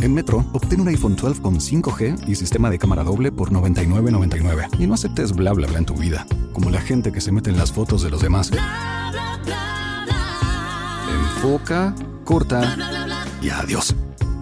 En Metro, obtén un iPhone 12 con 5G y sistema de cámara doble por $99.99. Y no aceptes bla bla bla en tu vida, como la gente que se mete en las fotos de los demás. Enfoca, corta y adiós.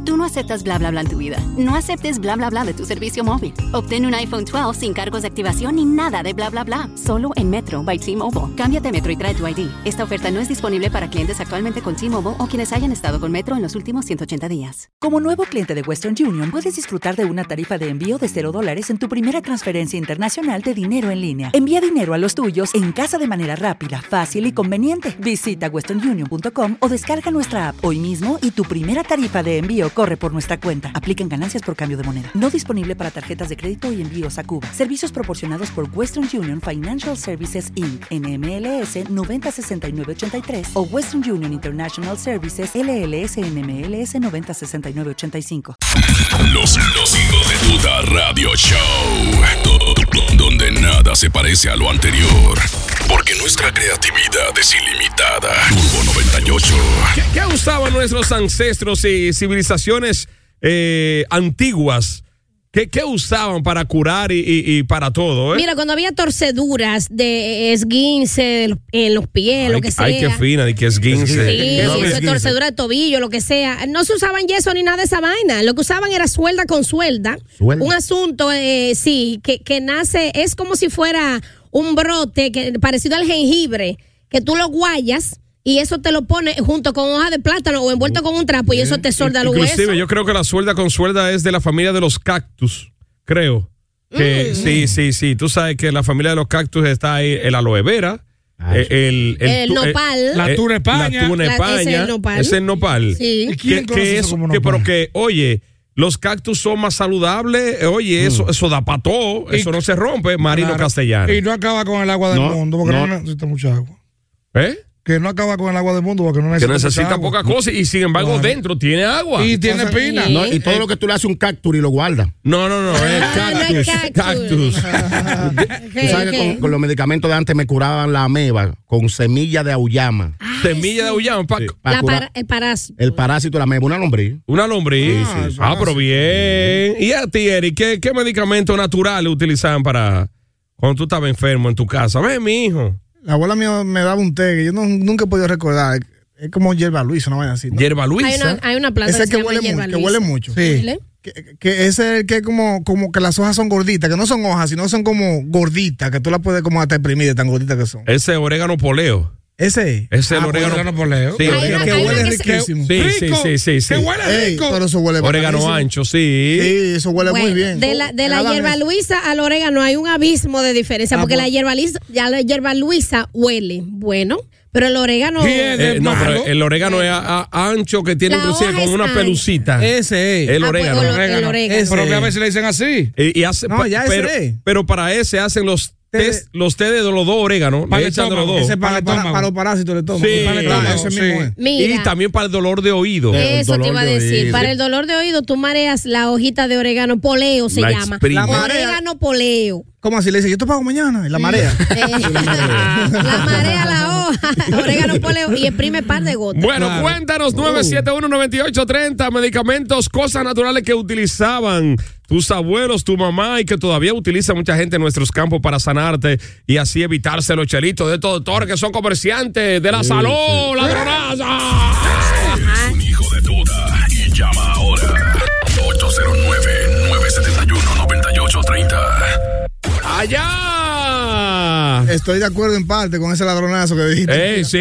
Tú no aceptas bla bla bla en tu vida. No aceptes bla bla bla de tu servicio móvil. Obtén un iPhone 12 sin cargos de activación ni nada de bla bla bla. Solo en Metro by T-Mobile. Cámbiate a Metro y trae tu ID. Esta oferta no es disponible para clientes actualmente con T-Mobile o quienes hayan estado con Metro en los últimos 180 días. Como nuevo cliente de Western Union, puedes disfrutar de una tarifa de envío de 0 dólares en tu primera transferencia internacional de dinero en línea. Envía dinero a los tuyos en casa de manera rápida, fácil y conveniente. Visita westernunion.com o descarga nuestra app hoy mismo y tu primera tarifa de envío corre por nuestra cuenta. Aplican ganancias por cambio de moneda. No disponible para tarjetas de crédito y envíos a Cuba. Servicios proporcionados por Western Union Financial Services Inc. NMLS 906983 o Western Union International Services LLS NMLS 906985. Los, los hijos de duda radio show. Do- do- donde nada se parece a lo anterior. Porque nuestra creatividad es ilimitada. Turbo 98. ¿Qué usaban nuestros ancestros y civilizaciones eh, antiguas? ¿Qué, qué usaban para curar y, y- y para todo? eh? Mira, cuando había torceduras de esguince de los- en los pies, eh, lo Ay, que sea. ay, qué fina, de que es Sí, guince. eso es torcedura de tobillo, lo que sea. No se usaban yeso ni nada de esa vaina. Lo que usaban era suelda con suelda. Suelda. Un asunto, eh, sí, que, que nace, es como si fuera un brote que, parecido al jengibre, que tú lo guayas y eso te lo pones junto con hoja de plátano o envuelto con un trapo y eso te solda los Inclusive, huesos. yo creo que la suelda con suelda es de la familia de los cactus, creo. Mm. Que, Sí, sí, sí. Tú sabes que la familia de los cactus está ahí el aloe vera, Ay. eh, el, El tu- nopal. La tuna España. La tuna La- España. ese es el nopal. Ese es el nopal. Sí. ¿Y quién que, conoce que eso es- como que- nopal? Pero que, oye, los cactus son más saludables. eh, Oye, eso, eso da para todo. Mm. Y- Eso no se rompe. Marino Claro. castellano. Y no acaba con el agua del No, mundo, porque no, no. necesita mucha agua. ¿Eh? Que no acaba con el agua del mundo, porque no Que necesita, mucha necesita agua. poca cosa y sin embargo Claro. dentro tiene agua. Y tiene espina. Sí. No, y todo lo que tú le haces un cactus y lo guardas. No, no, no, es Ah, no cactus. es cactus. cactus. Ah, eh, Tú sabes que con, con los medicamentos de antes me curaban la ameba con semilla de auyama. Semilla de auyama, pa- Para La curar para- el parásito. el parásito de la ameba, una lombriz. una lombriz. Ah, eso Ah, es pero bien. ¿Y a ti, Eric, qué, qué medicamento natural utilizaban para cuando tú estabas enfermo en tu casa? Ve, mi hijo. La abuela mía me daba un té que yo no- nunca he podido recordar. Es como hierba Luis, una vaina así. ¿no? Hierba Hay Luisa. una, hay una planta Ese que, es que se llama huele, hierba mucho, que Luisa. huele mucho. Huele. Que, que ese es el que es como, como que las hojas son gorditas, que no son hojas, sino son como gorditas, que tú las puedes como hasta imprimir de tan gorditas que son. Ese orégano poleo. Ese es. Ah, Ese es el orégano, poleo. Sí, Hay orégano una- que hay una huele que se- riquísimo. Sí, sí, sí, sí, sí. Ey, pero eso huele Orégano bacanísimo. ancho, sí. Sí, eso huele muy Bueno, bien. De la, de la Nada hierba más. luisa al orégano hay un abismo de diferencia, Ah, porque la bueno. hierba, lisa, ya la hierba luisa huele bueno, pero el orégano... Eh, no, pero el orégano es a- a- ancho que tiene La inclusive hoja con es una ancha. pelucita. Ese es. El Ah, pues, orégano. olo- el orégano. Ese. Pero que a veces le dicen así. Y, y hace, No, pa- ya ese pero, es. pero para ese hacen los Té de- test, los té de los dos orégano, Para le el echan de los estómago, dos. Ese es para, Para el para- estómago. para los parásitos del estómago. Sí, Para el claro, estómago, ese mismo sí. es. Mira, Y también para el dolor de oído. el eso te dolor iba a de decir. oído. Para el dolor de oído, tú mareas la hojita de orégano poleo, se La llama. exprime. La marea. orégano poleo. ¿Cómo así? Le dice, yo te pago mañana. Y la marea. Eh, la marea la hoja, orégano poleo y exprime par de gotas. Bueno, cuéntanos 971-9830, medicamentos, cosas naturales que utilizaban tus abuelos, tu mamá y que todavía utiliza mucha gente en nuestros campos para sanarte y así evitarse los chelitos de estos doctores que son comerciantes de la salud, ladronaza. Ajá. Un hijo de duda y llama ahora. 809-971-9830. Allá. Estoy de acuerdo en parte con ese ladronazo que dijiste. Eh, Es sí.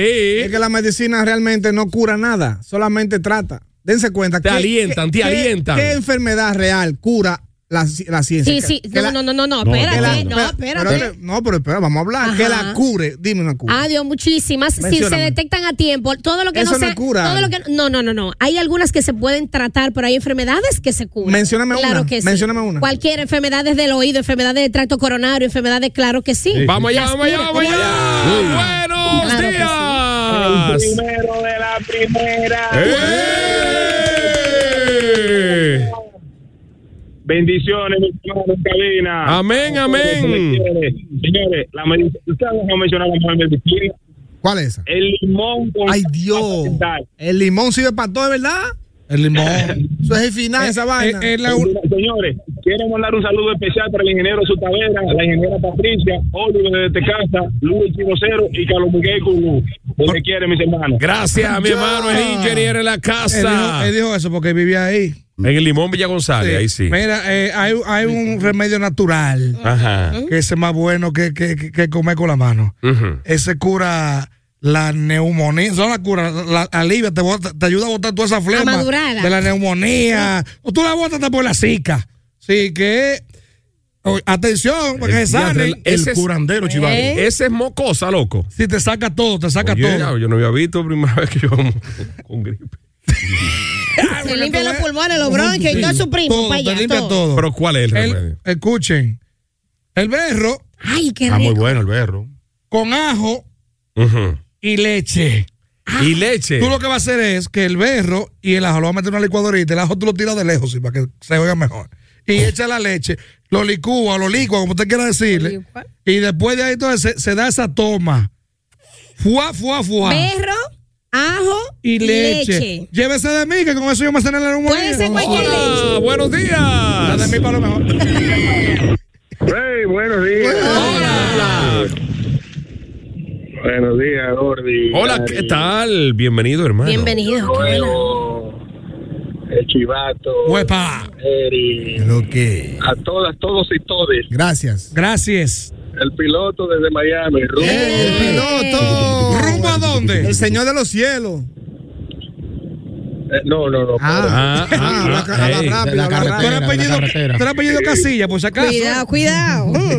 que la medicina realmente no cura nada, solamente trata. Dense cuenta Te alientan, te qué- alientan. ¿Qué enfermedad real cura la, ci- la ciencia? Sí, Que- sí, que no, la- no, no, no, no, no, espérate, que la- no, espérate. Pero, que- no, pero espera, vamos a hablar. Ajá. Que la cure, dime una cura. Ah, Dios, muchísimas. Si se Mencióname. detectan a tiempo, todo lo que Eso no no sea, es cura. todo lo que no, no, no, no. Hay algunas que se pueden tratar, pero hay enfermedades que se curan. Mencióname claro una, Que sí. mencióname una. Cualquier enfermedades del oído, enfermedades del tracto coronario, enfermedades, claro que sí. Vamos allá, vamos allá, vamos allá. Buenos Claro que días. Primero de la primera. ¡Eh! Bendiciones, mis hermanos en Ah, cabina. Amén, amén. Señores, señores, la medic- ustedes han mencionado la mejor medicina. ¿Cuál es esa? El limón con Ay, salsa Dios. vegetal. El limón sirve para todo, ¿es verdad? El limón. Eso es el final, esa vaina. Eh, Es la un- Mira, Señores, quiero mandar un saludo especial para el ingeniero Sutavera, la ingeniera Patricia, Oliver desde casa, Luis Chivocero y Carlos Miguel Cunú. Donde quiere, mis hermanos. Gracias a mi Ya. hermano, el ingeniero en la él, dijo, casa. él dijo eso porque vivía ahí. En el Limón Villa González, ahí sí. Mira, eh, hay, hay un remedio natural Ajá. que es el más bueno que, que, que- que comer con la mano. Ujú. Ese cura la neumonía, son la cura, la, alivia, te, bota- te ayuda a botar toda esa flema madurarla. de la neumonía. O tú la botas hasta por la zika. Sí, que o- atención, para que se Ya, sane. el, el Ese es- curandero, chival. ¿Eh? Ese es mocosa, loco. Si te saca todo, te saca Oye, todo. ya, yo no había visto primera vez que yo como con gripe. Se limpia los pulmones, los bronquios y todo su primo. Todo, pa' allá, te limpia todo. todo. Pero ¿cuál es el El- remedio? escuchen, el berro Ay, qué Ah, muy rico. bueno el berro. con ajo Ujú. y leche. Y leche. Tú lo que vas a hacer es que el berro y el ajo lo vas a meter en una licuadora y el ajo tú lo tiras de lejos sí, para que se oiga mejor. Y Oh. echa la leche, lo licúa, lo licua, como usted quiera decirle. Licua. Y después de ahí entonces se, se da esa toma. Fuá, fuá, fuá. Perro, ajo y leche. Llévese de mí, que con eso yo me cené la un Puede ser cualquier leche. Ah, buenos días. La de mí para lo mejor. Hey, buenos días. Hola. Buenos días, Gordy. Hola, ¿qué tal? Bienvenido, hermano. Bienvenido. el Chivato, Huepa. Eri, Lo que. a todas, todos y todes. Gracias. Gracias. El piloto desde Miami, Rubio. ¡El piloto! ¿Rumbo a dónde? El señor de los cielos. Eh, no, no, no. Ah, ah, la ah, ca- la ey. rápida, de la la carretera. ¿Tú rápida. eres la apellido, carretera. tú eres apellido Casilla, por si acaso? Cuidado, cuidado. Mm.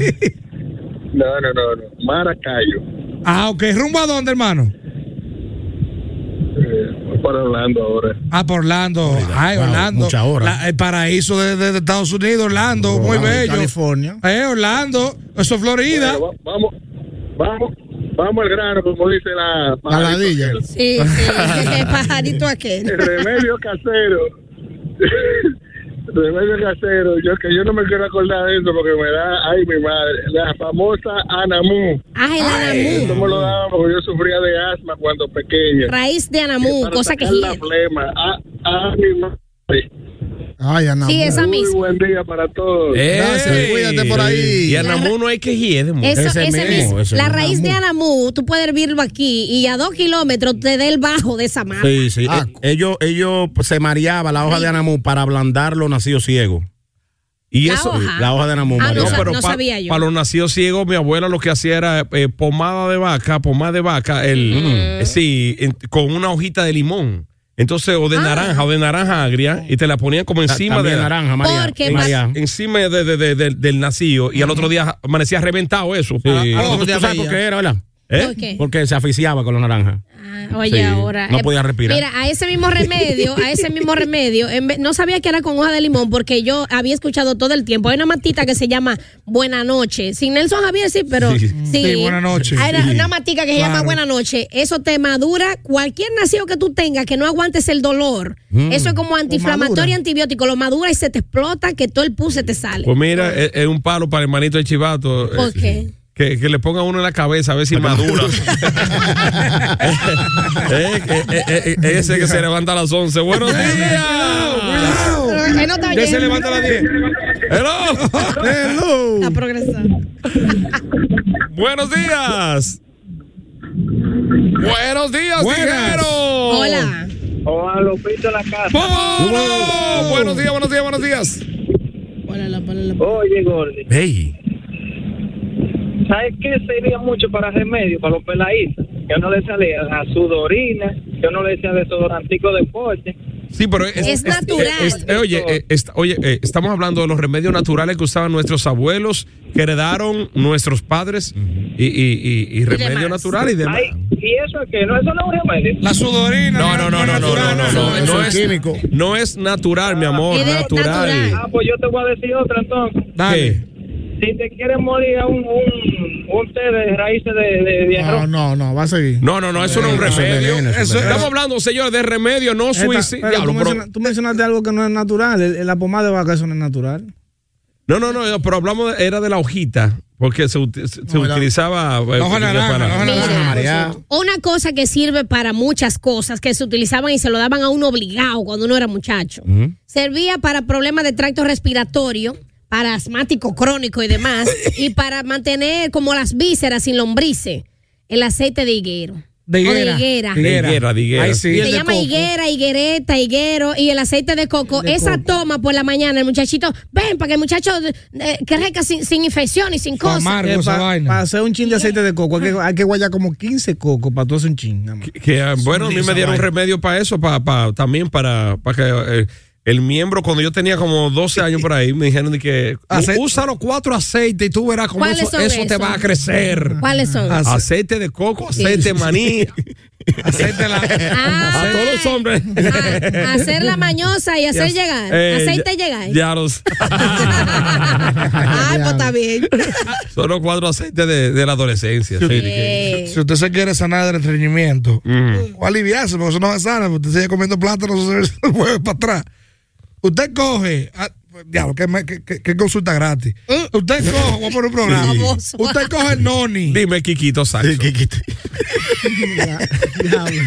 No, no, no, no. Maracayo. Ah, ok. ¿Rumbo a dónde, hermano? Eh, voy para Orlando ahora. Ah, por Orlando. Ay, wow, Orlando. mucha hora. La- el paraíso de, de- de Estados Unidos, Orlando, muy bello. California. Eh, Orlando, eso es Florida. Bueno, va- vamos, vamos, vamos al grano, como dice la La ladilla. Sí, sí. Pajarito aquel. El remedio casero. remedio casero. Yo que yo no me quiero acordar de eso porque me da, ay, mi madre. La famosa Anamú. Ay, Ah, el Eso anamú. me lo daban porque yo sufría de asma cuando pequeño. Raíz de anamú, Para cosa que sacar la gira. flema. Ah, ah, mi madre. Ay, Ana. Sí, esa Muy misma. buen día para todos. Ey. Gracias, cuídate por ahí. Y a Namu no hay que hiede, mujer. Eso, Ese ese mismo, mismo. ese la mismo. raíz de anamú, tú puedes hervirlo aquí y a dos kilómetros te dé el bajo de esa mata. Sí, sí. Ah. Eh, ellos, ellos se mareaba la hoja de anamú para ablandar los nacidos ciegos. Y La eso. hoja. Ajá. La hoja de anamú, Ah, mareaba. no, sab- pero pa- sabía yo. Para los nacidos ciegos, mi abuela lo que hacía era eh, pomada de vaca, pomada de vaca, el, Mm. eh, sí, en- con una hojita de limón. Entonces, o Ah. de naranja, o de naranja agria, y te la ponían como Ta- encima también de la- naranja, María. Porque María. encima de- de- de- de- del nacido, y al otro día amanecía reventado eso. Ah, Sí. Al- al ¿Tú- otro ¿Tú día sabes veía. por qué era, verdad? ¿Eh? ¿Por qué? Porque se aficiaba con la naranja. Ah, Oye, Sí, ahora. no eh, podía respirar. Mira, a ese mismo remedio, a ese mismo remedio, en vez- no sabía que era con hoja de limón porque yo había escuchado todo el tiempo. Hay una matita que se llama Buena Noche. Sin Nelson Javier, sí, pero. Sí, Sí, Buena Noche. Hay una, Sí. una matica que se llama Claro. Buena Noche. Eso te madura cualquier nacido que tú tengas, que no aguantes el dolor. Mm. Eso es como antiinflamatorio y antibiótico. Lo madura y se te explota, que todo el pus se te sale. Pues mira, es, es un palo para el manito de chivato. eh, ¿Por qué? Que, que le ponga uno en la cabeza a ver si madura. Eh, eh, eh, eh, eh, ese que se levanta a las 11. Buenos días. Que no está Ya se oyendo. levanta a las 10. Hello. Hello. Está progresando. Buenos días. Buenos días, Buenas. tijero. Hola. O a los de la casa. ¡Vámonos! Buenos días, buenos días, buenos días. Oye, Gordy, ¿sabes qué sería mucho para remedio para los peladitos? Que no le sale la sudorina, que no le sea desodorantico de porte. Sí, pero es, Es natural. eh, oye, eh, esta- oye eh, estamos hablando de los remedios naturales que usaban nuestros abuelos, que heredaron nuestros padres y, y, y, y remedios demás. naturales y demás. Ay, ¿y eso es que No, eso no es un remedio. La sudorina. No, no, no, no, no, no, no, no, Eso no es es químico. No es natural, mi amor, Es de- natural. natural. Ah, pues yo te voy a decir otra entonces. Dale. Si te quieres morir a un, un, un té de raíces de, de, de No, arroz. no, no, va a seguir. No, no, no, eso no es un Eso es remedio. veneno, eso es Eso- veneno. Estamos hablando, señores, de remedio, no Esta- suicidio. pero Diablo, tú, pero- menciona- tú mencionaste algo que no es natural. El- la pomada de vaca, eso no es natural. No, no, no, pero hablamos, de- era de la hojita. Porque se, uti- se- se utilizaba. eh, Hoja naranja, para- hoja Mira, naranja. una cosa que sirve para muchas cosas que se utilizaban y se lo daban a uno obligado cuando uno era muchacho. Servía para problemas de tracto respiratorio, para asmático crónico y demás, y para mantener como las vísceras sin lombrices, el aceite de higuero. De higuera. O de higuera. De higuera, de higuera. Ahí sí. Se llama higuera, higuereta, higuero y el aceite de coco. Esa toma por la mañana, el muchachito, ven para que el muchacho eh, crezca sin, sin infección y sin cosas. Amargo esa Eh, Para vaina. hacer un chin de aceite de coco, hay que, hay que guayar como 15 cocos para tú hacer un chin. nada más. Que, ah, bueno, a mí me dieron un remedio para eso, para, para- también para, para que eh, el miembro, cuando yo tenía como 12 años por ahí, me dijeron de que Ace- usa los cuatro aceites y tú verás cómo ¿Cuáles eso, son eso te esos? va a crecer. ¿Cuáles son? Ah, Aceite de coco, aceite de maní. Aceite la. Ah. A todos los hombres. A- Ah, hacer la mañosa y hacer Ya- llegar. eh, Aceite ya- llegar. Ya los, Ay, pues está bien. son los cuatro aceites de, de la adolescencia. sí, de que- Eh, Si usted se quiere sanar del estreñimiento, o aliviarse, porque eso no se sana, porque usted sigue comiendo plátano, eso se se mueve para atrás. Usted coge. ah, Diablo, qué, me- qué- qué- qué consulta gratis. Usted coge, voy a poner un programa. Famoso. Usted coge el noni. Dime, Kikito Saxo.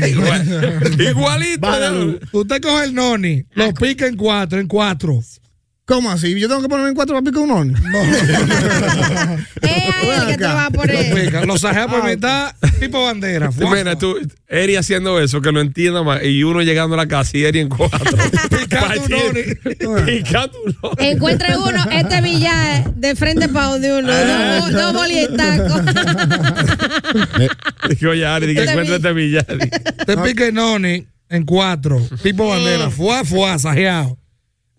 Igual- igualito. Usted coge el noni, lo pica en cuatro, en cuatro. ¿Cómo así? ¿Yo tengo que ponerme en cuatro para picar un horno? es a él que te va a Lo poner. pica, lo sajea por mitad, tipo bandera. Tú, Mira, tú, Eri haciendo eso, que lo entienda más, y uno llegando a la casa y Eri en cuatro. Picando un Partido- Picando un ori. Encuentre uno, este billar de frente para donde uno. Dos dos bolis de taco. Dije, oye, Ari, dije, Este encuentra este billar. Te pica el noni en cuatro, tipo bandera, fuá, fuá, sajeado.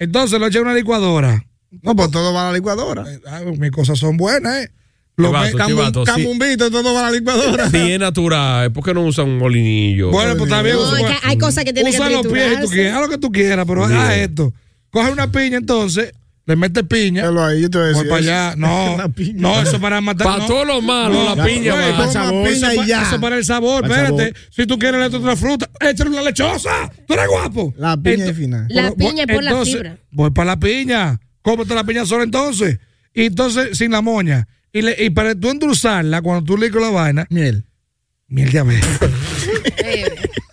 Entonces lo echa en una licuadora. No, pues todo va a la licuadora. Ah, mis cosas son buenas, ¿eh? Lo Chivato, mezclan- chivato, sí. Camumbito, todo va a la licuadora. Si es natural, ¿por qué no usan un molinillo? Bueno, pues también. No, es que hay cosas que tienen que Usa los pies y tú triturarse. quieres, haz lo que tú quieras, pero haz esto. Coge una piña entonces, le metes piña, Déjalo ahí, yo te voy a voy decir. para allá. No, Una piña. no, eso para matar. Para no. pues, todo lo malo, la piña güey, va. eso Toma pa- Ah, piña eso, y pa- ya. eso para el sabor, Para el espérate. sabor. Si tú quieres le otra fruta, échale una lechosa. Tú eres guapo. La piña Ento- es final. La Bueno, bueno, piña es por la entonces, fibra. Voy para la piña. Cómete la piña sola entonces. Y entonces, sin la moña. Y, le- y para tú endulzarla, cuando tú licuas la vaina, Miel. miel de abeja.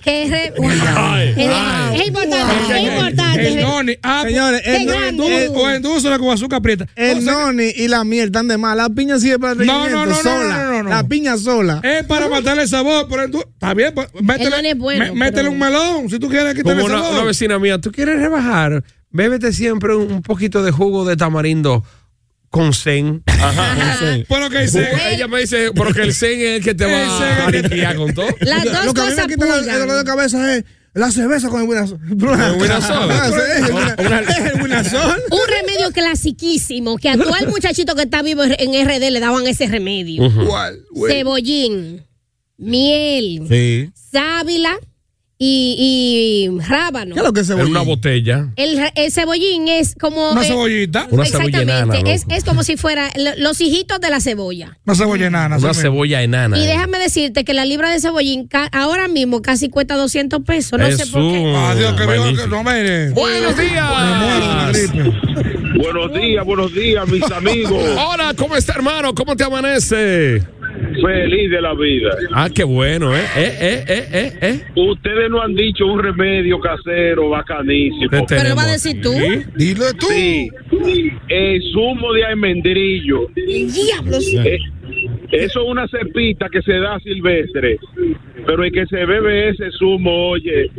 Que es re- Es es importante, es El importante. noni. Ah, Señores, Qué el, grande. noni- el- o endulzala con azúcar prieta. el O sea, noni y la miel están de más. La piña sí es para el No, no, rendimiento, no, no, sola. no, no, no. La piña sola. Es para matarle el sabor, pero endu- está bien, pues, noni métele, es bueno, mé- métele pero- un melón si tú quieres quitarle Como el una, sabor. una vecina mía, ¿tú quieres rebajar? Bébete siempre un, un poquito de jugo de tamarindo con zen. Bueno, que dice, Ella me dice, porque el zen es el que te El zen es va a el que te- limpiar con todo. Las dos Lo que a mí cosas me quita la- el dolor de pulgan. cabeza es la cerveza con el Winazol. Con Winazol. Es el Winazol. Un remedio clasiquísimo que a todo el muchachito que está vivo en RD le daban ese remedio. ¿Cuál? Cebollín, miel, Sí. sábila y, y rábano. ¿Qué es lo que se En una botella. El, ra- el cebollín es como... una eh, cebollita. Una cebolla enana, exactamente, es, loco. es como si fuera lo- los hijitos de la cebolla. Una cebolla enana. Una sí, cebolla enana. Y eh. déjame decirte que la libra de cebollín ca- ahora mismo casi cuesta 200 pesos. No sé por qué. Jesús. mira. Adiós, Ah, que viva, Buenísimo. que no mire. Buenos días. Buenos días, buenos días, mis amigos. Hola, ¿cómo está, hermano? ¿Cómo te amanece? Feliz de la vida. Ah, qué bueno, ¿eh? Eh, eh, eh, eh, eh. Ustedes no han dicho un remedio casero Te bacanísimo. Pero tenemos va a decir tú. aquí. Dilo tú. Sí, el zumo de almendrillo. Diablos. Eh, Eso es una cepita que se da silvestre. Pero el que se bebe ese zumo, oye,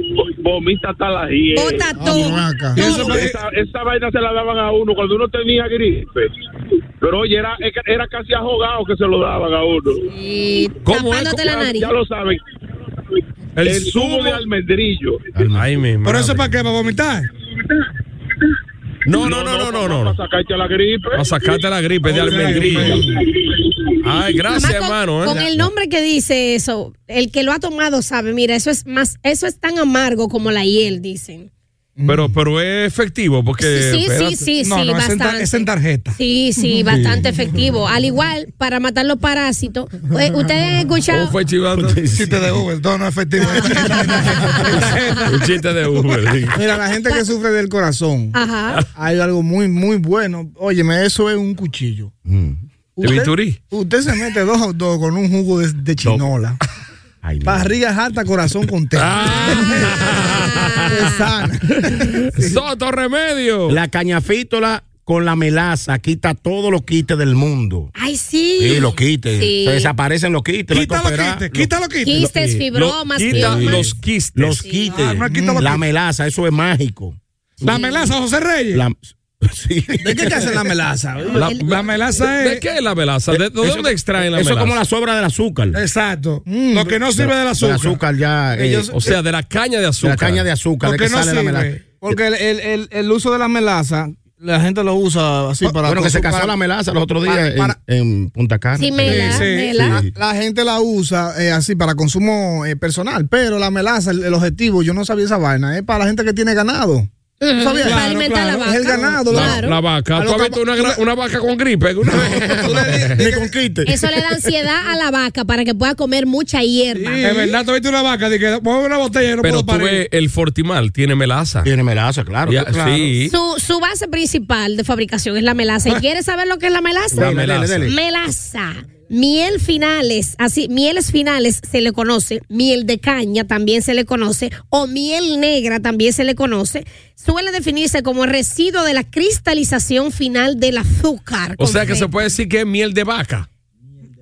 vomita hasta la hiel. Eh, Bota todo. Y eso pa- Esa, esa vaina se la daban a uno cuando uno tenía gripe. Pero oye, era, era casi ahogado que se lo daban a uno. Y ¿Cómo es? tapándote la Ya- nariz. ya lo saben. El, El zumo de almendrillo. Ay, mi madre. Pero eso para qué, para vomitar. No, no, no, no, no, no. Para sacarte la gripe. Para sacarte la gripe de Hombre, almendrillo. Ay, gracias, Además, con, hermano. ¿eh? con el nombre que dice eso, el que lo ha tomado sabe, mira, eso es más, eso es tan amargo como la hiel, dicen. Mm. Pero, pero es efectivo porque. sí, espérate. sí, sí, No, sí, no, es en, tar- bastante. es en tarjeta. Sí, sí, bastante efectivo. Al igual, para matar los parásitos, eh, ustedes han ¿Cómo escuchado Oh, fue chivando? Chiste de Uber, todo no es efectivo. Un chiste de Uber. sí. Mira, la gente que sufre del corazón, Ajá. hay algo muy, muy bueno. Óyeme, eso es un cuchillo. ¿De Viturí? Usted se mete dos hot dogs con un jugo de, de chinola. Ay, no. Barriga harta, corazón contento. Ah. Es sana. Soto Remedio. Ah. La cañafítola con la melaza quita todos los quites del mundo. Ay, sí. Sí, los quites. Sí. Se desaparecen los quites. no hay que Quítalo, operar. quite, Los- quítalo, quite. Quistes, Lo- fibromas, quita fibromas. los quistes. Los Ah, quites. Mm. no, quita los la quites. melaza, eso es mágico. La melaza, José Reyes. La- sí. ¿De qué te hacen la melaza? La, La melaza es. ¿De qué es la melaza? ¿De, de Eso- dónde extraen la Eso es melaza? como la sobra del azúcar. Exacto. Lo que Mm. no sirve del azúcar. El azúcar ya. eh, Ellos- O sea, de la caña de de azúcar. la caña de azúcar. Lo de que que no sale la melaza. sirve. Porque el, el- el- el uso de la melaza, la gente lo usa Ah, así para. bueno, que se para- casó la melaza los otros días para- en- para- en, Punta Cana. Sí, mela, Sí, sí, mela. Sí. La gente la usa eh, así para consumo eh, personal, pero la melaza, el, el objetivo, yo no sabía esa vaina, es para la gente que tiene ganado. Ujú, sabía? Para Claro, alimentar claro. la vaca. Es el ganado, La, Claro. la vaca. A ¿Tú lo has visto capa- una, gra- una vaca con gripe? alguna vez? Ni con quite. Eso le da ansiedad a la vaca para que pueda comer mucha hierba. Es verdad, tú viste una vaca, de que mueve una botella y no Pero puedo tú parir. ves, el Fortimal tiene melaza. Tiene melaza, claro. Ya, claro. Sí. Ah. Su, su base principal de fabricación es la melaza. ¿Y quieres saber lo que es la melaza? La melaza. Melaza, miel finales, así, mieles finales se le conoce, miel de caña también se le conoce, o miel negra también se le conoce. Suele definirse como residuo de la cristalización final del azúcar. O sea que se concreto. puede decir que es miel de vaca.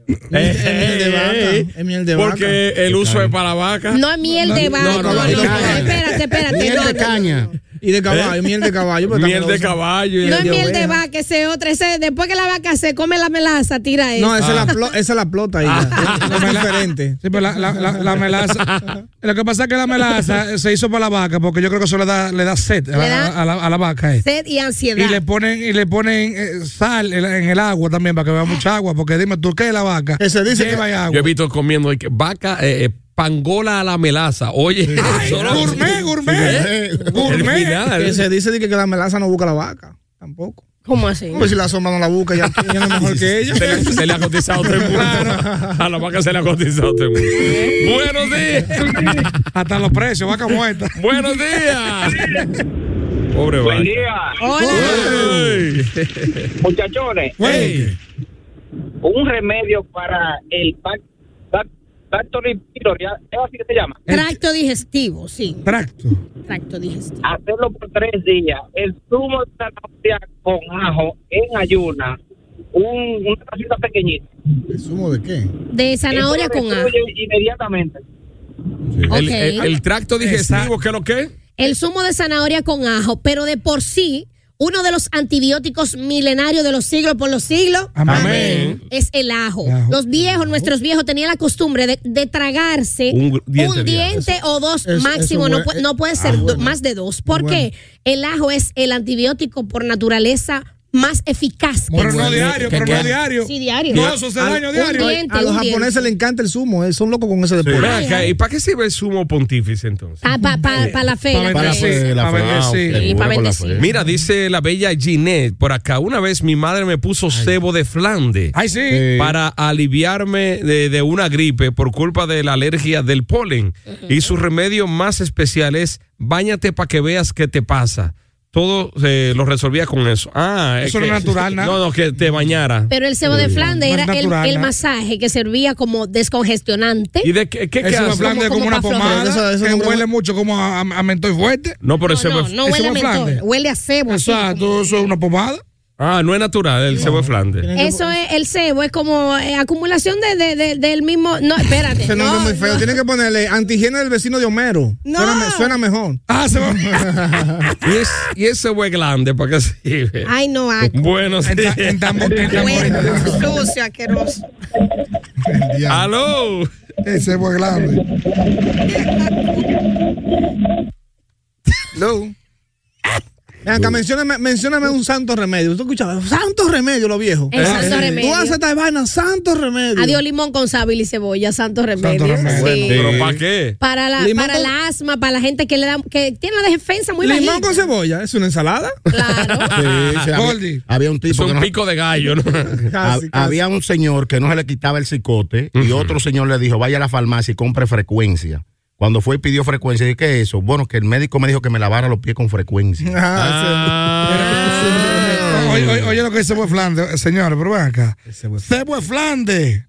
Es miel de vaca, es miel de vaca. Eh, Porque el uso es para vaca. No es miel de vaca. no, no, no, no, no. espérate, espérate. Miel no, de no. caña. Y de ¿Eh? caballo, miel de caballo. pero también miel lo de usan. caballo. y- No es de miel oveja. de vaca, ese otro, ese, después que la vaca se come la melaza, tira eso. No, esa, es la plo- esa es la plota ahí. es diferente. Sí, Ah. pero la, la- la- la melaza. Lo que pasa es que la melaza se hizo para la vaca, porque yo creo que eso le da, le da sed a Le da- la, a la- a la vaca. eh. Sed y ansiedad. Y le ponen, y le ponen eh, sal en, en el agua también para que beba mucha agua, porque dime tú qué es la vaca. Que se dice que- Lleva Yo he agua. visto comiendo y que- vaca, eh, eh, pangola a la melaza. Oye, solo- Gourmet, gourmet. Eh, Gourmet. El final. Que se dice de que, que la melaza no busca la vaca. Tampoco. ¿Cómo así? Pues si la sombra no la busca, ya ella es mejor que ella. Se le, se le ha cotizado tres puntos. A la vaca se le ha cotizado tres puntos. Buenos días. Hasta los precios, vaca muerta. Buenos días. Pobre vaca. Hola. Oh. Ey. Muchachones, Ey. un remedio para el back, back, Bacteri pylori, ¿es así que se llama? Tracto digestivo, sí. Tracto. Tracto digestivo. Hacerlo por tres días. El zumo de zanahoria con ajo en ayuna, un, una tacita pequeñita. ¿El zumo de qué? De zanahoria Eso con lo ajo. destruye Inmediatamente. El, Ok. el- el tracto digestivo, ¿qué es lo que es? El zumo de zanahoria con ajo, pero de por sí, uno de los antibióticos milenarios de los siglos por los siglos. Amén. Es el ajo. Ajo. Los viejos, nuestros viejos, tenían la costumbre de, de tragarse Un un gr- diente diente, de o dos eso- máximo. eso no, bue- pu- no puede ser do- más de dos. ¿Por qué? El ajo es el antibiótico por naturaleza más eficaz. que Pero no existe. diario, que- pero que- no diario. Sí, diario. No, eso hace Al- daño un diario. diente, A los un diente. japoneses les encanta el zumo, eh, son locos con ese Ven deporte. acá, ¿Y para qué sirve el sumo pontífice entonces? Ah, pa- pa- pa la fe. Para la Para Sí, fe. pues, para la fe. bendecir. Ah, ok, Y seguro para con la bendecir. fe. Mira, dice la bella Ginette por acá. Una vez mi madre me puso cebo de Flandes Ay, sí. para aliviarme de, de una gripe por culpa de la alergia del polen. Y su remedio más especial es bañate para que veas qué te pasa. Todo eh, lo resolvía con eso. Ah, es Eso no que- es natural, ¿no? No, no, que te bañara. Pero el cebo de Flandes No era es el, natural, el ¿no? masaje que servía como descongestionante. ¿Y de qué, qué que Eso me hace? plan de como- como una como pa' pomada flor. Eso- eso que no me- huele mucho como a, a, a mentol fuerte. No, pero no, ese no, fue- no ese huele a fue mentol, Flandes. huele a cebo. así Exacto, eso es una pomada. Ah, no es natural, el cebo de Flandes. Eso es el cebo, es como eh, acumulación de, de- de- del mismo. No, espérate. Ese nombre no, es muy feo. no. Tienen que ponerle antihigiene del vecino de Homero. No. Suena, me- suena mejor. Ah, se va. Y, es, y ese fue grande, ¿para qué sirve? Ay, no, ah, Bueno, sí. en, ta- en tambor- en bueno, tamborita. sucio, asqueroso. Ya. ¡Aló! Ese fue grande. Hello. Ven acá, mencióname, mencióname un santo remedio. ¿Tú escuchabas? Santo remedio, lo viejo. Eh, El santo remedio. Tú haces esta vaina, santo remedio. Adiós, limón con sábila y cebolla, santo remedio. Santo remedio. Sí. Bueno, ¿Pero para qué? Para la, Limón para con- la asma, para la gente que le da, que tiene la defensa muy Limón bajita. con cebolla, ¿es una ensalada? Claro. Sí, sí, Gordy. había, había un Es tipo que un no, pico de gallo, ¿no? hab- Casi, casi. había un señor que no se le quitaba el cicote y otro señor le dijo, vaya a la farmacia y compre frecuencia. Cuando fue y pidió frecuencia, dije, ¿qué es eso? Ah. Bueno, que el médico me dijo que me lavara los pies con frecuencia. Ajá, Ah. ese- Ah, oye, oye, oye lo que dice Buen Flande, eh, señores, pero ven acá. Cebo es Flande.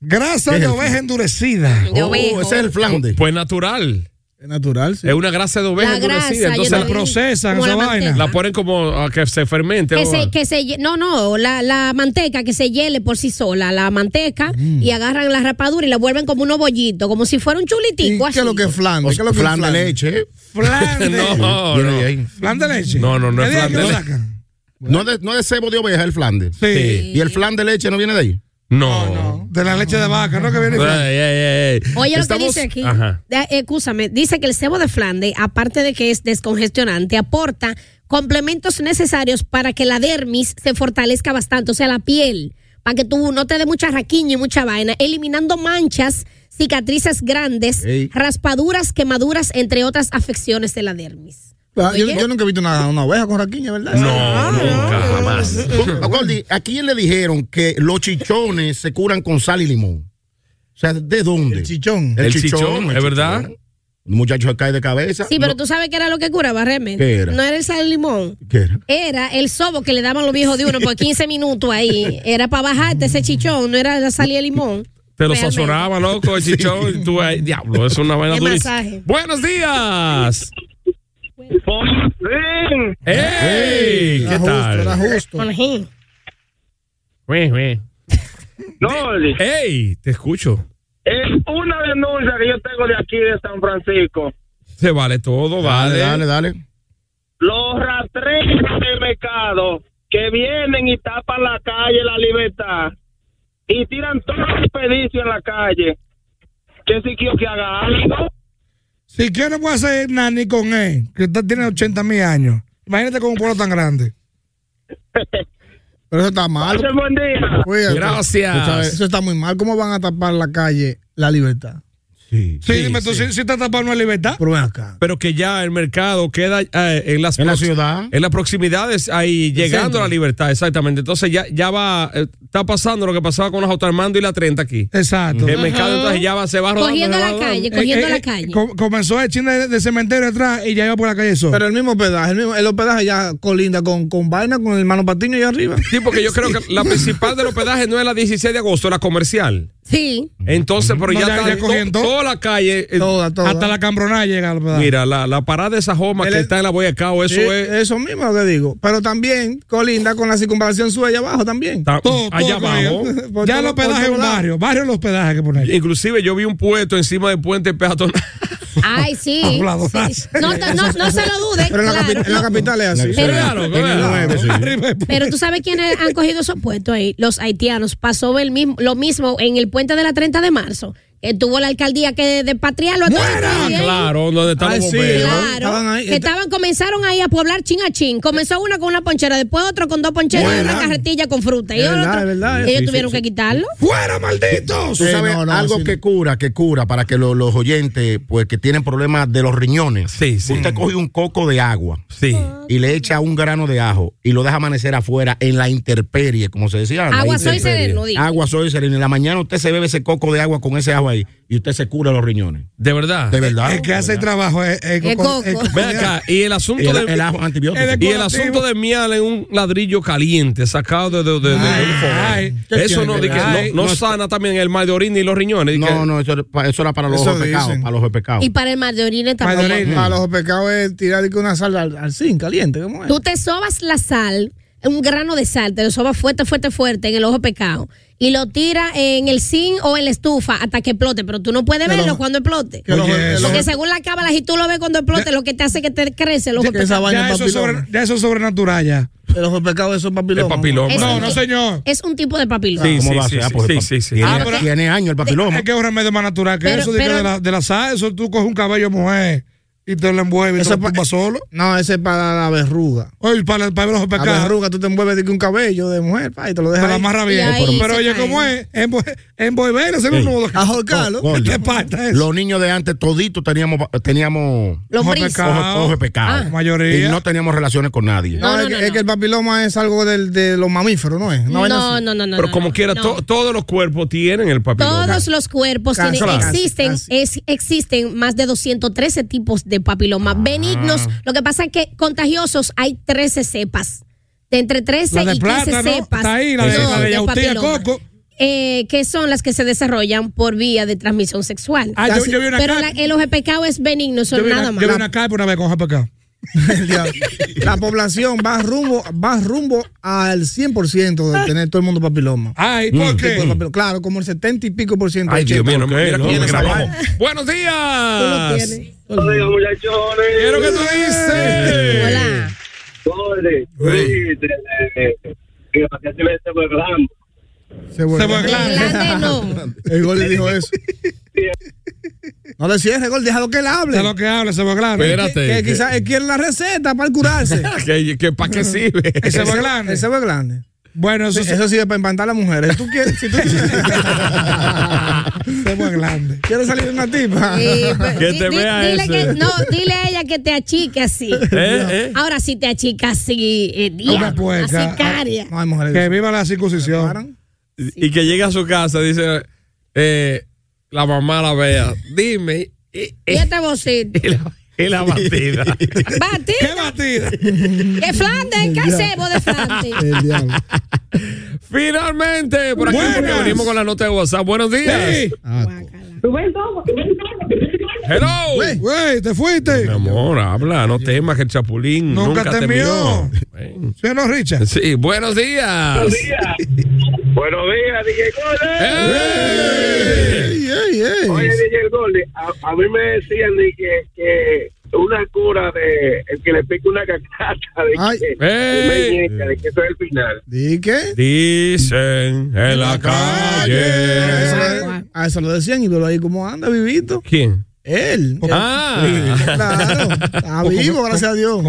Grasa Es de el- oveja endurecida. De Oh, ovejo. ese es el Flande. Pues natural. Es natural, sí. Es una grasa de oveja La grasa, endurecida. Entonces yo también. Como la manteca. La ponen como a que se fermente. Que ¿no? Ah. se, que se, hie- no, no, la, la manteca que se hiele por sí sola, la manteca, y agarran la rapadura y la vuelven como unos bollitos, como si fuera un chulitico. así. ¿Qué es lo que es flande? ¿Qué es lo que es Flan de flande? leche. Flande. no, Viene no. de ahí. Flan de leche. No, no, no ¿Qué es día que Flande. lo sacan? No de, no de cebo de oveja, el flande. Sí. Y el flan de leche no viene de ahí. No. De la leche de vaca, ¿no? Que viene. flan. Ey, ey, ey. Oye, Estamos- lo que dice aquí, Ajá. da- escúchame, dice que el cebo de Flandes, aparte de que es descongestionante, aporta complementos necesarios para que la dermis se fortalezca bastante, o sea, la piel, para que tú no te dé mucha raquiña y mucha vaina, eliminando manchas, cicatrices grandes, Ey. raspaduras, quemaduras, entre otras afecciones de la dermis. Claro, Yo, Oye. yo nunca he visto una, una oveja con raquiña, ¿verdad? No, Ah, nunca, jamás. Gordy, ¿A quién le dijeron que los chichones se curan con sal y limón? O sea, ¿de dónde? El chichón. El chichón, ¿es verdad? Un muchacho se cae de cabeza. Sí, pero No, tú sabes que era lo que curaba realmente. ¿Qué era? No era el sal y limón. ¿qué era? Era el sobo que le daban los viejos de uno por 15 minutos ahí. Era para bajarte ese chichón, no era la sal y el limón. Te lo Realmente. sazonaba, loco, el chichón. y tú, ay, diablo, es una vaina Qué durísima. masaje. Buenos días. ¡Ven! ¡Ey! ¿Qué Era tal? justo. Con ají. Güey, güey. No, ¡Ey! Te escucho. es una denuncia que yo tengo de aquí de San Francisco. Se vale todo, vale. Dale, dale, dale. Los rastreros de mercado que vienen y tapan la calle La Libertad y tiran todo el pedicio en la calle. Que si quiero que haga algo. Si quiere puede hacer Nani con él, que usted tiene 80 mil años. Imagínate con un pueblo tan grande. Pero eso está mal. Pase buen día. Cuídate. Gracias. Tú sabes, Eso está muy mal. ¿Cómo van a tapar la calle la libertad? Sí. Sí, dime tú, si, si está tapando la libertad. Pero ven acá. Pero que ya el mercado queda eh, en las En la prox- ciudad. En las proximidades, ahí llegando centro. a la libertad, exactamente. Entonces ya, ya va, eh, está pasando lo que pasaba con las Armando y la 30 aquí. Exacto. El mercado entonces ya va, se va rodando. Cogiendo se va la rodando. calle, Eh, cogiendo eh, la eh, calle. com- comenzó el chino de, de cementerio atrás y ya iba por la calle sola. Pero el mismo pedaje, el, mismo, el hospedaje ya colinda con, con vaina, con el hermano Patiño allá arriba. Sí, porque yo creo que la principal del hospedaje no es la 16 de agosto, la comercial. Sí. Entonces, pero No, ya, ya- está ya to- cogiendo. toda la calle. eh, Toda, toda. Hasta la cambronada llega al pedazo. Mira, la, la parada de esa joma El- que está en la Boyacao, eso Sí, es. Eso mismo lo que digo. Pero también colinda con la circunvalación sur allá abajo también. está todo, todo allá abajo. cogido. Por Ya todo- el hospedaje por es todo un lado. barrio. Barrio el hospedaje que poner. Inclusive yo vi un puesto encima del puente peatonal. Ay, sí. Habladoras. Sí. No, no, no, no se lo dudes. Pero en la, capi- claro. en la capital es así. Pero- Claro, En claro. el nuevo. Sí. Pero tú sabes quiénes han cogido esos puestos ahí, los haitianos. Pasó el mismo, lo mismo en el puente de la 30 de marzo. Que tuvo la alcaldía que despatriarlo a todos. Ah, Sí, ¿eh? claro, donde están Ay, los sí, bomberos. Claro, Estaban ahí. que estaban, comenzaron ahí a poblar chin a chin. Comenzó una con una ponchera, después otro con dos poncheras y Buena. una carretilla con fruta. Y Es otro- verdad, es verdad, ellos sí, tuvieron que quitarlo. ¡Fuera, malditos! Tú Sí, sabes, Eh, no, no, algo sí, que cura, que cura para que lo- los oyentes, pues que tienen problemas de los riñones. Sí, sí. Usted coge un coco de agua Sí. y le echa un grano de ajo y lo deja amanecer afuera en la intemperie, como se decía. en la Agua, soy intemperie. sereno, digo. Agua soy sereno. En la mañana usted se bebe ese coco de agua con ese agua ahí y usted se cura los riñones. De verdad. De verdad. El que hace el trabajo es es Es con- coco. es con- Ven acá, y el asunto El, de. el ajo antibiótico. el- y el asunto de miel en un ladrillo caliente sacado de, de- de- de un ay, fogón. ¿qué Eso tiene no, que di que ver? no- no Ay, sana también el mal de orina y los riñones. di no, que- no, eso, era pa- eso era para los Eso ojos pecados. dicen. Para los ojos pecados. Y para el mar de orina Para, tampoco. para los pecados es tirar que una sal al, al zinc caliente. ¿cómo es? Tú te sobas la sal, un grano de sal, te lo sobas fuerte, fuerte, fuerte en el ojo pecado. Y lo tiras en el zinc o en la estufa hasta que explote. Pero tú no puedes Que verlo lo- cuando explote. Que los- Oye, los- eso- Porque según la cábala, si tú lo ves cuando explote, lo que te hace que te crece el ojo Ya- esa pecado. vaina Ya es eso, es sobre- papiloma. ya eso es sobrenatural ya. El ojo pecado eso es papiloma. el papiloma. Es- No, no, sí. señor. Es un tipo de papiloma. Sí, ¿Cómo sí, va a sí, ser? Ah, sí, pues, sí, pa- sí, sí. Tiene, Ah, pero- tiene años el papiloma. Es que es un remedio más natural que Pero- eso. de, que pero- de la, de la sal, eso tú coges un cabello de mujer y te lo envuelves y Eso te lo es pa- tumbas solo. No, ese es para la verruga. Oye, para, para ver los ojos La pecados. verruga, tú te envuelves de que un cabello de mujer, pa, y te lo Te dejas la ahí. amarra Y bien. ahí Pero, se oye, cae. ¿cómo es? Envo- Envolver, hacer un nudo. A ahorcarlo. Gordo. ¿Qué pasa eso? Oh, Los niños de antes, toditos teníamos, teníamos Lombriz. Ojo de ca- ojos, ojos pecados. Ah. Mayoría. Ah, Y no teníamos relaciones con nadie. No, No, no, es, que, no, es no. que el papiloma es algo del- de los mamíferos, ¿no es? Una No, vaina no, así. no, no, no. Pero como no, quiera, no. to- todos los cuerpos tienen el papiloma. Todos los cuerpos Casi, tienen- casi, existen, casi. es- existen más de 213 Ah. tipos de papiloma benignos. Lo que pasa es que contagiosos hay 13 cepas. de entre 13 La de y 15 plátano, cepas. está ahí, la de- la de yautía, papiloma. coco. Eh, que son las que se desarrollan por vía de transmisión sexual. Ah, yo- yo vi una Pero car- la- el OGPK es benigno, son Yo vi nada una, más. yo vi una carpa una vez con JPK. La población va rumbo, va rumbo al 100% de tener todo el mundo papiloma. Ay, ¿por qué? Claro, como el 70 y pico por ciento. Ay, Mm. Dios mío, no me mira cómo me grabamos. Buenos Tú lo días. tienes. Oiga, muchachones. Quiero que tú dices. Hola. Oye, oye, eh, que para que se ve este programa. Se vuelve. Se vuelve. Grande no. El gol le dijo eso. No le cierres, gol, déjalo que él hable. De lo que habla, se va claro. Espérate. Que quizás él quiere la receta para curarse. que, que ¿Para qué sirve? ¿Eh? Ese fue grande. Ese fue grande. Bueno, eso sí. Eso sí es para empantar a las mujeres. Si tú quieres, si tú quieres, Se fue grande. ¿Quieres salir de una tipa. Sí, pero Que di- te Eh, pues, di- vea dile ese. que- no, dile a ella que te achique así. ¿Eh? ¿Eh? Ahora sí te achica así, eh, Una diablo, puerca. así caria. Ah, No hay mujeres. Que viva la circuncisión. Y que llega a su casa, dice eh, la mamá la vea. Dime. Y, Y este bocito. y la, y la batida. ¡Qué Batista, batida! que Flandes, ¿qué hacemos de Flandes? El diablo. Finalmente, por aquí porque Buenas. venimos con la nota de WhatsApp. Buenos días. ¡Sí! Hello. ¡Güey, te fuiste! Mi amor, habla, no temas que el chapulín nunca, Nunca te te mió. mió. Eh, ¿Sí o no, Richard? Sí, buenos días. Buenos días. Buenos días, DJ Golden. ¡Ey! Ey, ey, ey. Oye, DJ Golden, a, a mí me decían de que, que una cura de el que le pique una cacata de Ay. que, Ey. meñeca, de que eso es el final. ¿Di qué? Dicen en la Eso calle. lo- A eso lo decían y velo ahí como anda, vivito. ¿Quién? Él. Ah. Claro. Está vivo, gracias a Dios.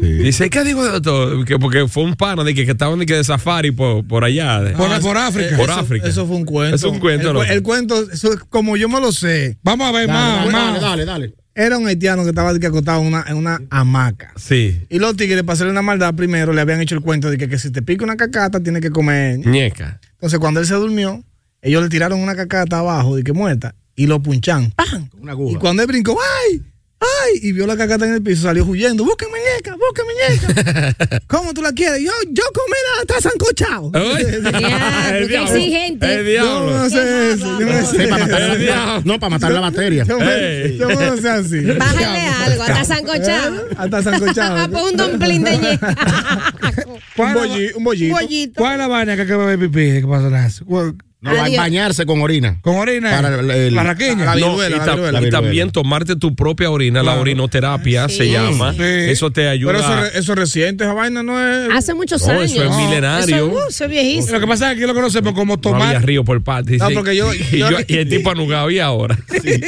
Dice, ¿qué digo de todo? Que porque fue un pana de que, que estaban de, que de safari por, por allá. de- Por, por África. por Eso- África. Eso fue un cuento. Es un cuento, El, cu- loco. el cuento, eso es como yo me lo sé, Vamos a ver más, más. Ah, dale, dale. era un haitiano que estaba de que acostado en una, en una hamaca. Sí. Y los tigres, para hacerle una maldad, primero le habían hecho el cuento de que, que si te pica una cacata, tienes que comer. Ñeca. Entonces, cuando él se durmió, ellos le tiraron una cacata abajo de que muerta y lo punchan. ¡Pam! Una aguja. Y cuando él brincó, ¡ay! ¡ay! Y vio la cacata en el piso, salió huyendo. ¡Busca muñeca! ¡Busca muñeca! ¿Cómo tú la quieres? Yo, yo comera, está sancochado. Ay. El qué diablo. exigente. El Yo diablo. no sé eso. Yo no sé Sí, para matar El la- diablo. no, para matar la batería. Yo me- yo me lo sé así. Eh, Bájale algo, hasta sancochado. ¿Eh? Hasta sancochado. Pues un domplín de ñeca. Un bolli- un bollito. ¿Cuál es la vaina que acaba de pipí? ¿Qué pasa? Nancy? Cu- No, ba- Adiós. bañarse con orina. ¿Con orina? Para el- el- la raqueña. La No, viruela, y, la ta- viruela. y La también viruela. tomarte tu propia orina, la orinoterapia se Sí. llama. Sí. Eso te ayuda. Pero eso, re- eso es reciente, esa vaina no es. Hace muchos No, años. eso es milenario. Eso, uh, eso es viejísimo. Lo que pasa es que aquí lo conocemos como No había tomar. río por parte. No, sí. porque yo- y, yo- yo- y el tipo anugado, ¿y ahora? Sí.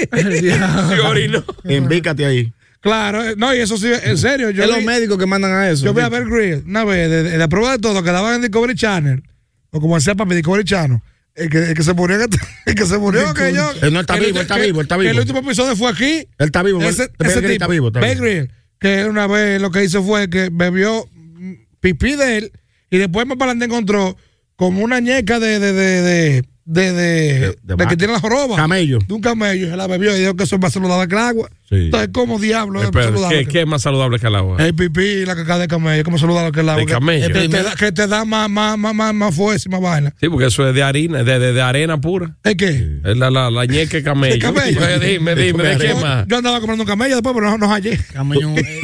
orino. Envícate ahí. Claro, eh, no, y eso sí, en serio. Yo es los vi- médicos que mandan a eso. Yo voy a ver Grill una vez, de, de la prueba de todo, que daban en Discovery Channel, o como decía para mi Discovery Channel, el que, el que se murió, que- el que se murió, que yo. Él Eh, no está el vivo, ulti- él está que- vivo, él está que El vivo. último episodio fue aquí. Él está vivo, Ese, Bear- Bear ese Grylls está tipo, vivo, está Bear vivo. Grylls, que él una vez lo que hizo fue que bebió mm, pipí de él, y después más para adelante encontró como una ñeca de. de, de, de de, de, de de que vaca. tiene la joroba. Camello. De un camello. y Se la bebió y dijo que eso es más saludable que el agua. Sí. Entonces, ¿cómo diablo es más Espera, saludable Eh, ¿qué, que- qué es más saludable que el agua? el pipí y la caca de camello, como saludable que el agua. De camello. Que te, da, que te da más, más, más, más, más fuerza y más vaina. Sí, porque eso es de harina, de, de, de arena pura. ¿Es qué? Es la, la, la ñeque camello. ¿De camello? Oye, dime, dime, ¿de qué Yo- más? Yo andaba comprando un camello después, pero no, no hallé. Camello, eh,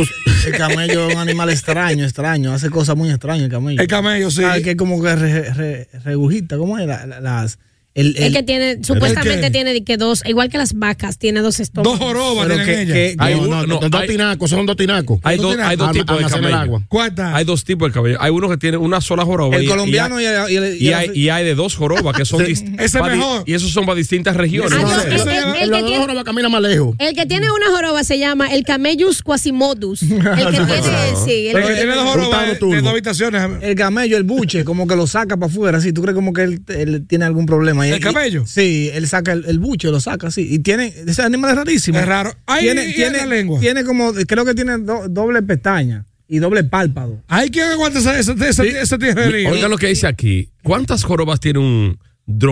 el camello es un animal extraño, extraño. Hace cosas muy extrañas el camello. El camello, sí. Ah, que como que re- re- regurgita, ¿cómo es? La- la- las, el, El que tiene, supuestamente qué? tiene de que dos, igual que las vacas, tiene dos Dos estómagos. jorobas pero tienen que- ella. que- Hay Hay no, uno- no, no, dos hay- tinacos, son dos tinacos. Hay, dos- tiene- hay dos Alma- tipos de almacena el camello. agua. ¿Cuántas? Hay dos tipos de camello. Hay uno que tiene una sola joroba. el y- y colombiano hay- y el, y el- y y el- hay, y hay de dos jorobas que son dis- Ese pa- di- mejor. Y esos son para distintas regiones. Ah, no, Entonces, el- el- el que Los dos tiene- jorobas caminan más lejos. El que tiene una joroba se llama el camellus quasimodus. El que tiene, sí, el El que tiene dos jorobas Gustavo de- de Turbo. dos habitaciones. el camello, el buche, como que lo saca para afuera, así. ¿Tú crees como que él, él tiene algún problema? Y- ¿El camello? y- sí, él saca el, el buche, lo saca así. Y tiene, ese animal es rarísimo. Es raro. Ay, tiene, y en tiene, la lengua. tiene como, creo que tiene do- doble pestaña y doble párpado. Hay quien aguanta esa, esa, esa, esa tijerería. Oiga lo que dice aquí. ¿Cuántas jorobas tiene un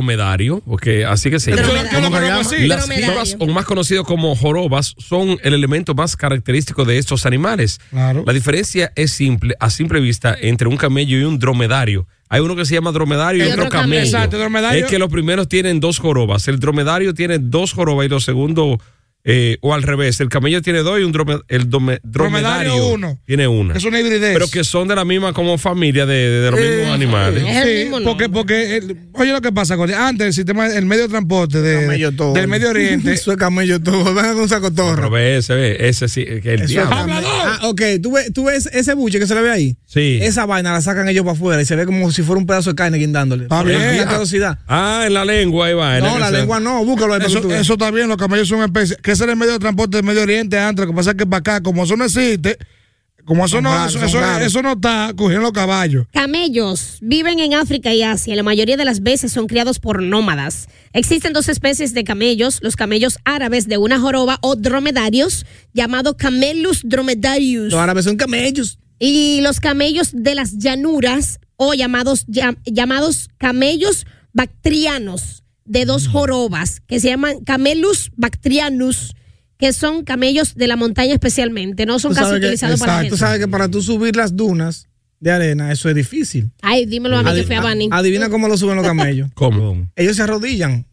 dromedario, porque así que se llama. Dromedario. ¿Cómo que lo llama? Las Dromedario. vivas, o más conocido como jorobas, son el elemento más característico de estos animales. Claro. La diferencia es simple, a simple vista, entre un camello y un dromedario. Hay uno que se llama dromedario y, Y otro, otro camello. camello. Exacto, dromedario. Es que los primeros tienen dos jorobas. El dromedario tiene dos jorobas y los segundos, eh, o al revés, el camello tiene dos y un drome- el dome- dromedario, Dromedario uno. tiene una. Es una hibridez. Pero que son de la misma como familia de, de- de los mismos animales. eh, Sí, porque, porque el- oye lo que pasa, Gordy. Antes el sistema, el medio de transporte de- del Medio Oriente. Eso es camello todo. Venga con un saco torro. Pero ve ese, ve, ese sí, que el Eso diablo. es camello. Ah, ok, ¿Tú ves, tú ves ese buche que se le ve ahí. Sí. Esa vaina la sacan ellos para afuera y se ve como si fuera un pedazo de carne guindándole. Está bien. La velocidad. Ah, en la lengua ahí va. en No, la que se- lengua no, búscalo ahí para que tú Eso, veas. eso está bien, los camellos son especies. Que ese era el medio de transporte del Medio Oriente antes. Lo que pasa es que para acá, como eso no existe, como eso Son no, raros, eso, son eso- raros. eso no está, cogieron los caballos. Camellos viven en África y Asia. La mayoría de las veces son criados por nómadas. Existen dos especies de camellos, los camellos árabes de una joroba o dromedarios, llamados camelus dromedarius. Los árabes son camellos. Y los camellos de las llanuras o llamados, llam- llamados camellos bactrianos de dos jorobas que se llaman camelus bactrianus, que son camellos de la montaña especialmente, no son Tú casi sabes que- utilizados para la exacto, gente. Tú sabes que para tú subir las dunas de arena, eso es difícil. Ay, dímelo a mí que Adi- fui a Bani. Adivina cómo lo suben los camellos. ¿Cómo? Ellos se arrodillan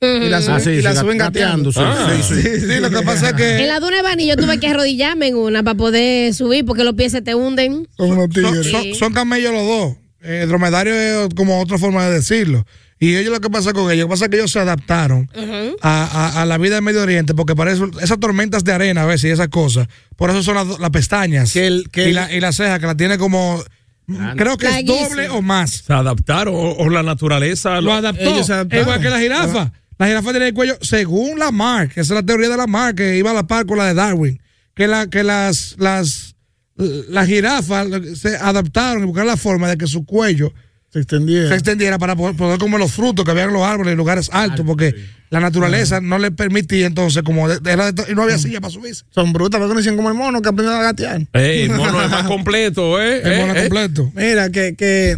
y la suben, Ah, sí, y la sí, suben gateando, gateando. sí, Ah. sí, sí. sí, lo que pasa es En la duna de Bani yo tuve que arrodillarme en una para poder subir porque los pies se te hunden. Son, tigres. son- Sí. son camellos los dos. Eh, dromedario es como otra forma de decirlo. Y ellos lo que pasa con ellos, lo que pasa es que ellos se adaptaron Ujú. a, a- a la vida del Medio Oriente, porque para eso, esas tormentas de arena a veces y esas cosas, por eso son las, do- las pestañas Que el- que y, el- la, y la ceja que la tiene como, mm, creo que Larguísimo. es doble o más. Se adaptaron o, o la naturaleza Lo adaptó, Ellos se adaptaron. Ah. igual que la jirafa. La jirafa tiene el cuello, según la Mark, esa es la teoría de la Mark, que iba a la par con la de Darwin, que, la, que las, las, las jirafas se adaptaron y buscaron la forma de que su cuello Se extendieron. se extendiera para poder, poder comer los frutos que había en los árboles en lugares altos, porque la Ah. naturaleza no le permitía entonces, como de- era de to- y no había silla para subirse. Mm. Son brutas, pero conocen como el mono que aprendió a gatear. Ey, el mono es más completo, ¿eh? El eh, mono eh. completo. Mira, que, que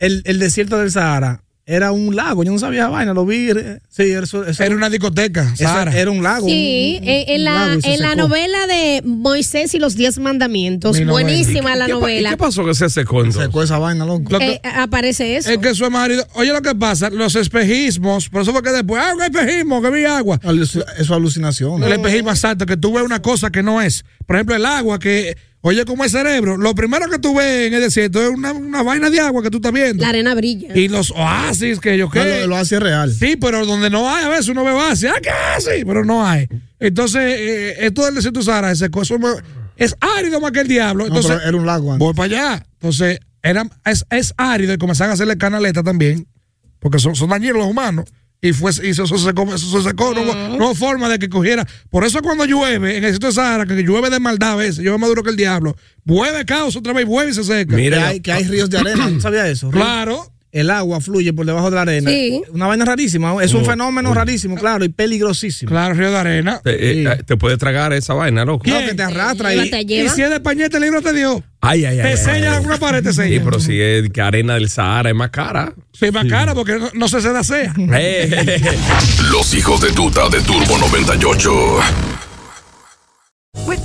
el, el desierto del Sahara era un lago. Yo no sabía esa vaina, lo vi. eh, Sí, eso, eso- Era una discoteca, eso Sahara. era un lago. Sí, eh, un- un- en, en un la, lago y se en la secó. novela de Moisés y los Diez Mandamientos. Mi novela. Buenísima la ¿Qué pa- ¿Y novela. qué pasó que se secó Se entonces? secó esa vaina, loco. Lo que- Eh, aparece eso. Es que eso es más árido. Oye, lo que pasa, los espejismos, por eso fue que después, ah, un espejismo, que vi agua. Alu- Eso es alucinación. El espejismo exacto, que tú ves una cosa que no es. Por ejemplo, el agua, que, oye, como el cerebro, lo primero que tú ves en el desierto es una, una vaina de agua que tú estás viendo. La arena brilla. Y los oasis, que yo No, qué. lo, lo hace real. Sí, pero donde no hay, a veces uno ve base, ah, ¿qué hace? Pero no hay. Entonces, eh, esto del desierto Sahara, ese coso me- es árido más que el diablo. No, Entonces, pero era un lago antes. voy para allá. Entonces, era, es, es árido y comenzaron a hacerle canaleta también, porque son, son dañinos los humanos. Y fue, y eso, se secó, eso se secó, no, hubo- no hubo forma de que cogiera. Por eso cuando llueve, en el desierto de Sahara, que llueve de maldad a veces, llueve más duro que el diablo, vuelve caos otra vez, vuelve y se seca. que, Mira, hay, que hay ríos de arena. ¿No sabía eso? Ríos- Claro. El agua fluye por debajo de la arena. Sí. Una vaina rarísima. Es un fenómeno rarísimo, claro, y peligrosísimo. Claro, río de arena. te, eh, te puede tragar esa vaina, loco. No, que te arrastra Lleva, y te Y lleva. si es de pañete, el libro te dio. Ay, ay, ay. Te ay, sellan ay. alguna pared, te Sí, sellan. pero si es que arena del Sahara es más cara. Sí, más cara porque no, no se se da sea. Eh. Los hijos de tuta de Turbo 98. With